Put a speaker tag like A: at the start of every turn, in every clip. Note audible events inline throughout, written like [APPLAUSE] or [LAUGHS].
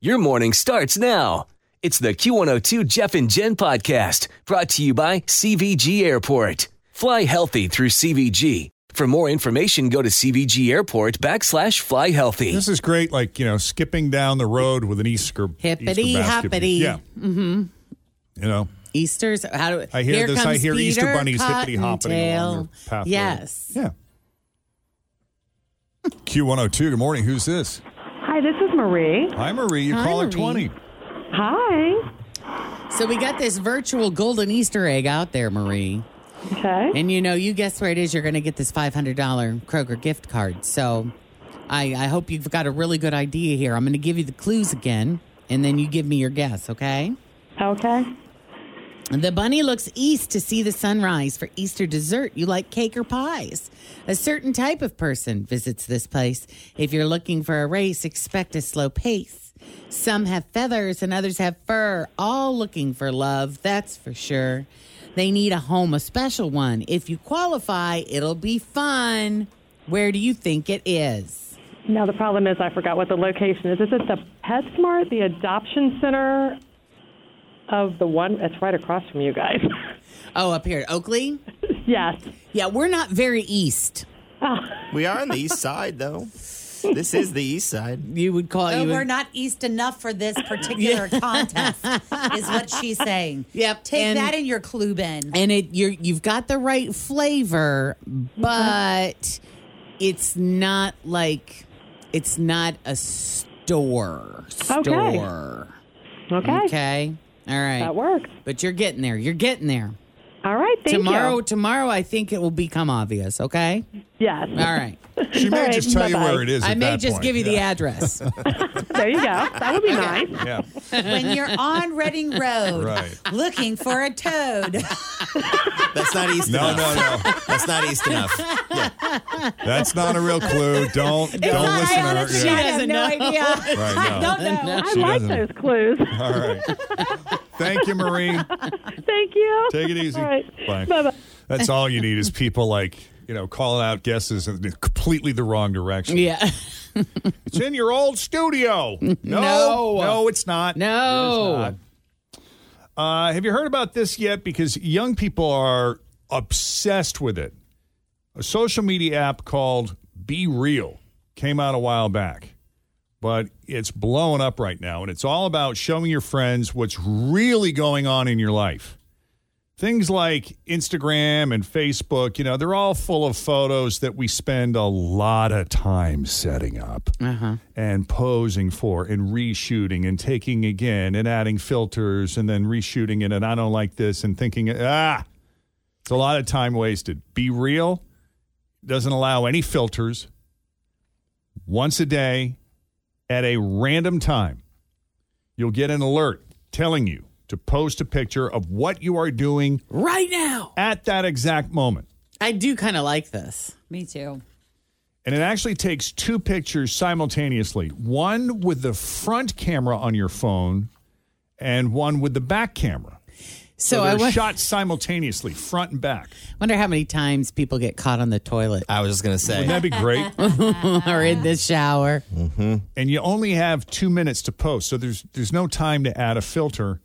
A: Your morning starts now. It's the Q102 Jeff and Jen podcast brought to you by CVG Airport. Fly healthy through CVG. For more information, go to CVG Airport backslash fly healthy.
B: This is great, like, you know, skipping down the road with an Easter.
C: Hippity
B: Easter basket.
C: hoppity.
B: Yeah. Mm-hmm. You know,
C: Easter's how do
B: I hear this. I
C: comes
B: hear Easter
C: Peter
B: bunnies hippity hoppity along
C: Cottontail.
B: their pathway.
C: Yes.
B: yeah. Q102, good morning. Who's this?
D: Hi, this is Marie.
B: Hi, Marie. You
C: Hi,
B: caller
D: [LAUGHS]
C: Marie.
B: 20.
D: Hi.
C: So we got this virtual golden Easter egg out there, Marie.
D: Okay.
C: And you know, you guess where it is, you're going to get this $500 Kroger gift card. So I, I hope you've got a really good idea here. I'm going to give you the clues again, and then you give me your guess, okay?
D: Okay.
C: The bunny looks east to see the sunrise for Easter dessert. You like cake or pies. A certain type of person visits this place. If you're looking for a race, expect a slow pace. Some have feathers and others have fur, all looking for love, that's for sure. They need a home, a special one. If you qualify, it'll be fun. Where do you think it is?
D: Now the problem is I forgot what the location is. Is it the PetSmart, the adoption center of the one that's right across from you guys? [LAUGHS]
C: Oh, up here, Oakley?
D: yes.
C: Yeah, we're not very east.
E: [LAUGHS] We are on the east side, though. This is the east side.
C: You would call
F: No,
C: you.
F: we're not east enough for
C: [LAUGHS]
F: this particular contest, is what she's saying.
C: Yep,
F: Take
C: and-
F: that in your clue bin.
C: and it you're, you've got the right flavor, but it's not like it's not a store.
D: Okay.
C: Store.
D: Okay.
C: Okay. All right.
D: That works.
C: But you're getting there. You're getting there.
D: All right. Thank
C: tomorrow,
D: you.
C: tomorrow, I think it will become obvious. Okay.
D: Yes.
C: All right.
B: She may
D: All right,
B: just tell you
D: bye-bye.
B: where it is.
C: I
B: at
C: may
B: that
C: just
B: point.
C: give you the
B: yeah. [LAUGHS]
C: address.
D: [LAUGHS] There you go. That would be nice.
B: Yeah.
C: [LAUGHS]
F: when you're on Reading Road
B: Right.
F: looking for a toad.
E: That's not east
B: No,
E: enough.
B: no,
C: [LAUGHS]
B: no.
E: That's not east enough. Yeah.
B: That's not a real clue. Don't don't
F: I
B: listen to her.
F: honestly
B: Yeah.
F: I have no idea.
B: Right, [LAUGHS] no.
F: Don't know.
D: I
B: She
D: like
B: doesn't.
D: those clues. [LAUGHS]
B: All right. Thank you, Marie.
D: Thank you.
B: Take it easy.
D: All right.
B: Bye.
D: Bye-bye.
B: That's all you need is people like, you know, calling out guesses in completely the wrong direction.
C: yeah.
B: It's in your old studio. No,
C: [LAUGHS] No.
B: it's not.
C: No.
B: It is not. Uh, have you heard about this yet? Because young people are obsessed with it. A social media app called Be Real came out a while back, but it's blowing up right now, and it's all about showing your friends what's really going on in your life things like Instagram and Facebook, you know, they're all full of photos that we spend a lot of time setting up and posing for and reshooting and taking again and adding filters and then reshooting it. And I don't like this and thinking, ah, it's a lot of time wasted. Be real doesn't allow any filters once a day at a random time you'll get an alert telling you to post a picture of what you are doing
C: Right now.
B: at that exact moment.
C: I do kind of like this.
F: Me too.
B: And it actually takes two pictures simultaneously one with the front camera on your phone and one with the back camera.
C: So, I
B: they're
C: won-
B: shot simultaneously, front and back.
C: wonder how many times people get caught on the toilet
E: I was just gonna say.
B: Wouldn't that be
C: [LAUGHS]
B: great?
C: or in the shower.
B: and you only have two minutes to post, so there's there's no time to add a filter,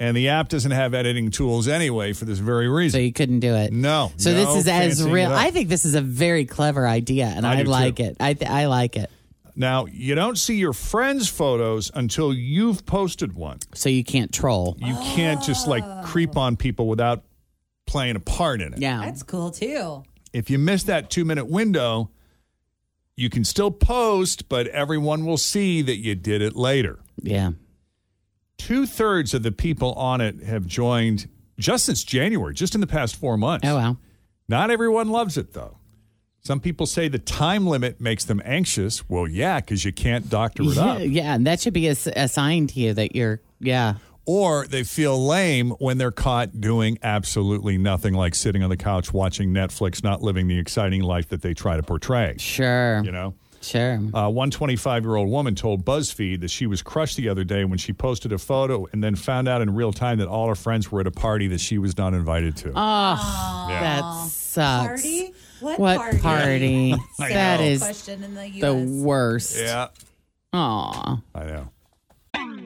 B: and the app doesn't have editing tools anyway for this very
C: So
B: reason.
C: you couldn't do it.
B: No,
C: So this
B: no
C: is as
B: fancying it
C: real.
B: up.
C: I think this is a very clever idea, and
B: I
C: I,
B: do,
C: like
B: too.
C: it. I th- I like it.
B: Now, you don't see your friends' photos until you've posted one.
C: So you can't troll.
B: You can't just like creep on people without playing a part in it.
C: Yeah.
F: That's cool too.
B: If you miss that two minute window, you can still post, but everyone will see that you did it later.
C: yeah.
B: Two thirds of the people on it have joined just since January, just in the past four months.
C: Oh, wow.
B: Not everyone loves it, though. Some people say the time limit makes them anxious. Well, yeah, because you can't doctor it
C: Yeah,
B: up.
C: [LAUGHS] yeah, and that should be a, s- a sign to you that you're, yeah.
B: Or they feel lame when they're caught doing absolutely nothing, like sitting on the couch watching Netflix, not living the exciting life that they try to portray.
C: Sure.
B: You know?
C: Sure.
B: Uh, one 25 year old woman told BuzzFeed that she was crushed the other day when she posted a photo and then found out in real time that all her friends were at a party that she was not invited to.
C: Oh,
B: Ah, Yeah.
C: that sucks.
F: Party? What,
C: What
F: party? [LAUGHS]
C: party?
B: I
C: that
B: know.
C: is
F: Question in the U.S.
C: the worst.
B: yeah,
C: Aw.
B: I know.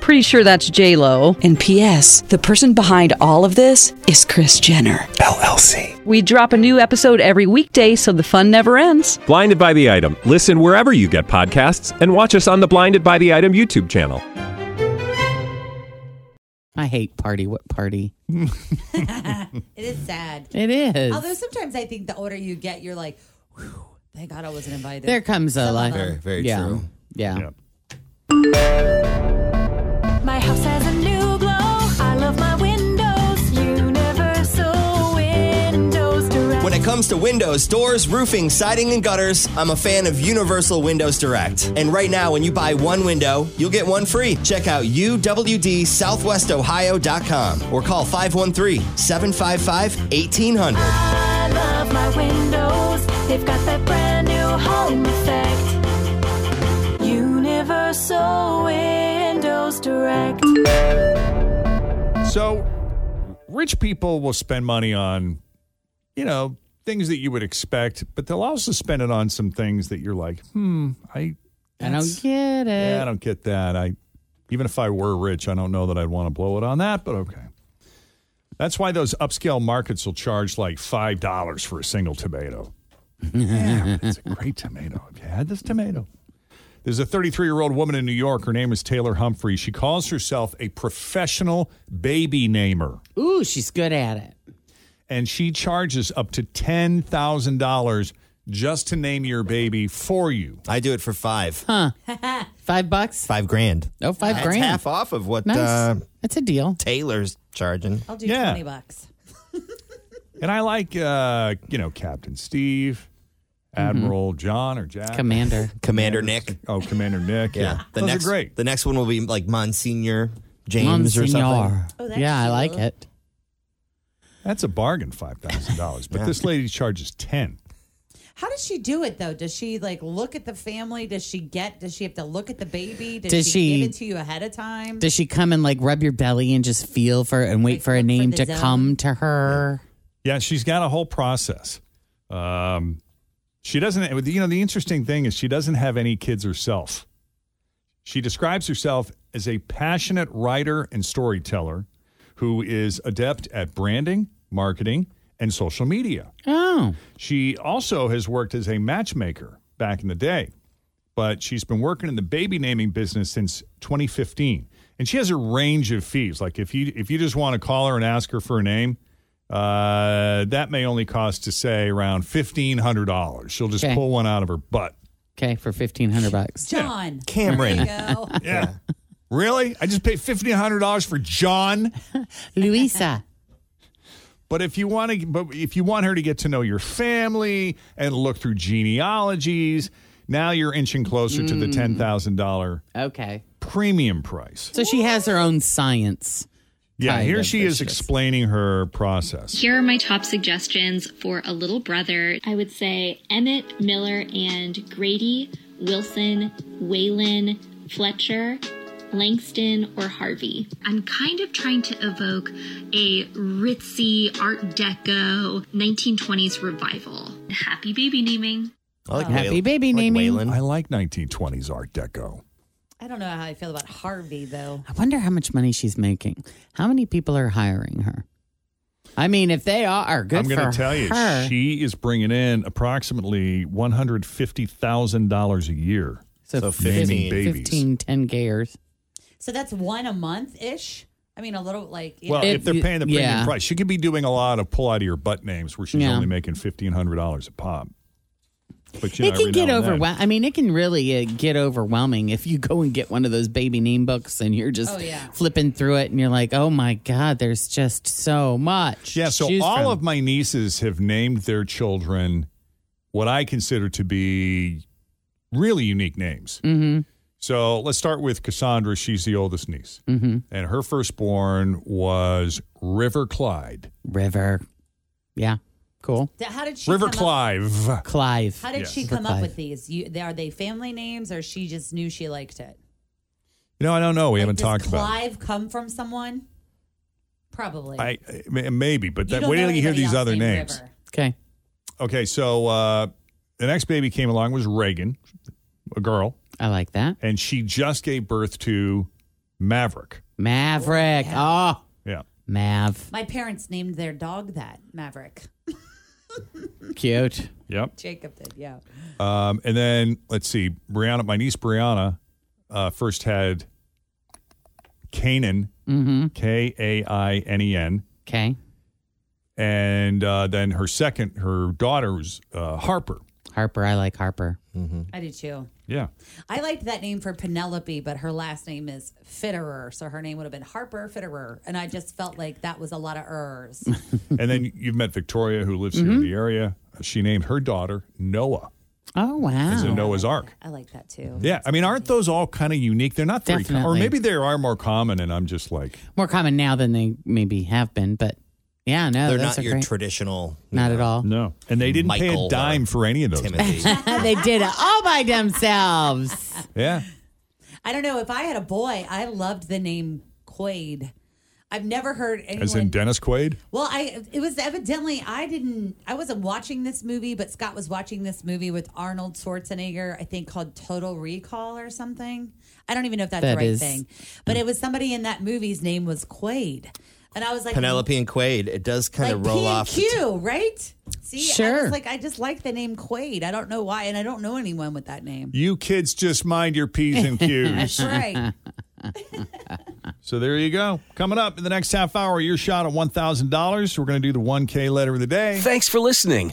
G: Pretty sure that's J Lo. And P.S. The person behind all of this is Chris Jenner LLC. We drop a new episode every weekday, so the fun never ends.
H: Blinded by the item. Listen wherever you get podcasts, and watch us on the Blinded by the Item YouTube channel.
C: I hate party. What
E: [LAUGHS]
C: party?
F: It is sad.
C: It is.
F: Although sometimes I think the older you get, you're like, Whew, thank God I wasn't invited.
C: there comes a like.
E: Very, very
C: yeah.
E: true.
C: Yeah.
B: Yeah.
G: My house has a new glow. I love my windows. Universal Windows Direct.
E: When it comes to windows, doors, roofing, siding, and gutters, I'm a fan of Universal Windows Direct. And right now, when you buy one window, you'll get one free. Check out uwdsouthwestohio.com or call 513 755 1800.
G: I love my windows. They've got that brand new home effect. Universal Windows Direct.
B: So, rich people will spend money on, you know, things that you would expect, but they'll also spend it on some things that you're like, hmm, I,
C: I don't
B: that's-
C: get it.
B: yeah, I don't get that. I, even if I were rich, I don't know that I'd want to blow it on that. But okay, that's why those upscale markets will charge like five dollars for a single tomato. [LAUGHS] yeah, but it's a great tomato. Have you had this tomato? There's a 33 year old woman in New York. Her name is Taylor Humphrey. She calls herself a professional baby namer
C: Ooh, she's good at it.
B: and she charges up to ten thousand dollars just to name your baby for you.
E: I do it for five.
F: [LAUGHS]
C: Five bucks?
E: Five grand.
C: Oh, five
E: That's
C: grand.
E: half off of what
C: Nice.
E: uh,
C: That's a deal.
E: Taylor's charging.
F: I'll do
B: Yeah.
F: 20 bucks.
B: And I like, uh, you know, Captain Steve, Admiral John or Jack, [LAUGHS]
C: Commander.
E: Commander Nick.
B: oh Commander Nick. Yeah,
E: The
B: those
E: next,
B: are great.
E: The next one will be like Monsignor James or something.
C: Monsignor.
F: Oh, that's
C: yeah, I like
F: cute.
C: it.
B: That's a bargain, five thousand dollars. But
E: Yeah.
B: this lady charges ten.
F: How does she do it though? Does she like look at the family? Does she get? Does she have to look at the baby? Does,
C: Does
F: she,
C: she-
F: give it to you ahead of time?
C: Does she come and like rub your belly and just feel for and wait
F: Like,
C: for a
F: look for
C: name
F: the
C: to
F: zone?
C: come to her?
B: Yeah, she's got a whole process. Um, she doesn't. You know, the interesting thing is she doesn't have any kids herself. She describes herself as a passionate writer and storyteller who is adept at branding, marketing, and social media.
C: Oh,
B: She also has worked as a matchmaker back in the day, but she's been working in the baby naming business since 2015. And she has a range of fees. Like if you if you just want to call her and ask her for a name, uh, that may only cost to say around fifteen hundred dollars. She'll just
C: Okay.
B: pull one out of her butt.
C: okay, for fifteen hundred
F: [LAUGHS]
C: bucks.
F: John.
E: Cameron.
F: Go.
B: Yeah. really? I just paid fifteen hundred dollars for John.
C: Luisa.
B: But if you want to, but if you want her to get to know your family and look through genealogies, now you're inching closer to the
C: Mm.
B: ten thousand dollar
C: Okay.
B: premium price.
C: So she has her own science.
B: Yeah,
C: Kind
B: here
C: of
B: she is
C: vicious.
B: explaining her process.
G: Here are my top suggestions for a little brother. I would say Emmett, Miller, and Grady
I: Wilson, Waylon, Fletcher, Langston, or Harvey. I'm kind of trying to evoke a ritzy Art Deco 1920s revival. Happy baby naming.
B: I like
C: Happy Whale- baby I like naming. Waylon.
B: I like 1920s Art Deco.
F: I don't know how I feel about Harvey though.
C: I wonder how much money she's making. How many people are hiring her? I mean, if they are, good
B: I'm
C: for
B: gonna tell
C: her.
B: you, she is bringing in approximately one hundred fifty thousand dollars a year.
C: so
B: naming
C: 15,
B: babies.
C: 15 10 gayers.
F: So that's one a month ish. I mean, a little like you
B: Well,
F: know.
B: if, they're
C: you-
B: paying the premium
C: yeah.
B: price, she could be doing a lot of pull out of your butt names where she's
C: Yeah.
B: only making fifteen hundred dollars a pop. But you
C: It
B: know,
C: can
B: every
C: get
B: now and then-
C: overwhelming. I mean, it can really uh, get overwhelming if you go and get one of those baby name books and you're just
F: Oh, yeah.
C: flipping through it and you're like, oh my God, there's just so much.
B: Yeah, so all of my nieces have named their children what I consider to be really unique names.
C: Mm
B: So let's start with Cassandra. She's the oldest niece,
C: hmm. Mm hmm.
B: and her firstborn was River Clyde.
C: River. Yeah. Cool.
F: Th- How did she
B: River
F: come
B: Clive.
C: Clive.
F: Up, how did she
C: River
F: come up
C: Clive.
F: with these? You, they- are they family names, or she just knew she liked it?
B: You know, I don't know. We haven't
F: Does
B: talked about. it.
F: Clive come from someone? Probably.
B: I I- may- maybe, but
F: You
B: that,
F: don't
B: wait
F: know
B: till you hear
F: anybody
B: these
F: else
B: other
F: named
B: names.
F: River.
C: Okay.
B: Okay, so uh, the next baby came along was Reagan, a girl,
C: I like that.
B: and she just gave birth to Maverick.
C: Maverick. Oh,
B: Yeah,
C: Mav.
F: My parents named their dog that Maverick.
C: Cute.
B: yep.
F: Jacob did, yeah.
B: Um, and then let's see, Brianna, my niece Brianna, uh, first had Kanan,
C: Mm-hmm.
B: K A I N E N,
C: Okay.
B: and uh, then her second, her daughter was uh, Harper.
C: Harper. I like Harper.
F: I did too.
B: Yeah,
F: I liked that name for Penelope, but her last name is Fitterer, so her name would have been Harper Fitterer, and I just felt like that was a lot of ers.
B: and then you've met Victoria, who lives here in the area. She named her daughter Noah.
C: Oh, wow.
B: It's a [LAUGHS] Noah's Ark.
F: I like that too.
B: Yeah, I mean, aren't those all kind of unique? They're not very, com- or
C: Definitely.
B: maybe they are more common, and I'm just like,
C: More common now than they maybe have been, but yeah, no.
E: They're
C: those
E: not
C: are
E: your
C: great.
E: traditional.
C: Not
B: [LAUGHS]
C: at all.
B: no. And they didn't pay
E: Michael
B: a
E: or
B: dime for any of those.
E: Timothy.
C: they did it all by themselves.
B: Yeah,
F: I don't know. If I had a boy, I loved the name Quaid. I've never heard anyone.
B: as in Dennis Quaid.
F: well, I it was evidently I didn't I wasn't watching this movie, but Scott was watching this movie with Arnold Schwarzenegger, I think called Total Recall or something. I don't even know if that's
C: That
F: the right
C: is-
F: thing. But it was somebody in that movie's name was Quaid. And I was like
E: [LAUGHS] Penelope and Quaid. It does kind
F: like
E: of roll
F: P and
E: off. the
F: Q, right? See, I
C: Sure.
F: was like I just like the name Quaid. I don't know why, and I don't know anyone with
B: [LAUGHS]
F: that name.
B: You kids just mind your P's and Q's.
F: That's [LAUGHS] right.
B: so there you go. Coming up in the next half hour, your shot at $1,000. We're going to do the 1K letter of the day.
A: Thanks for listening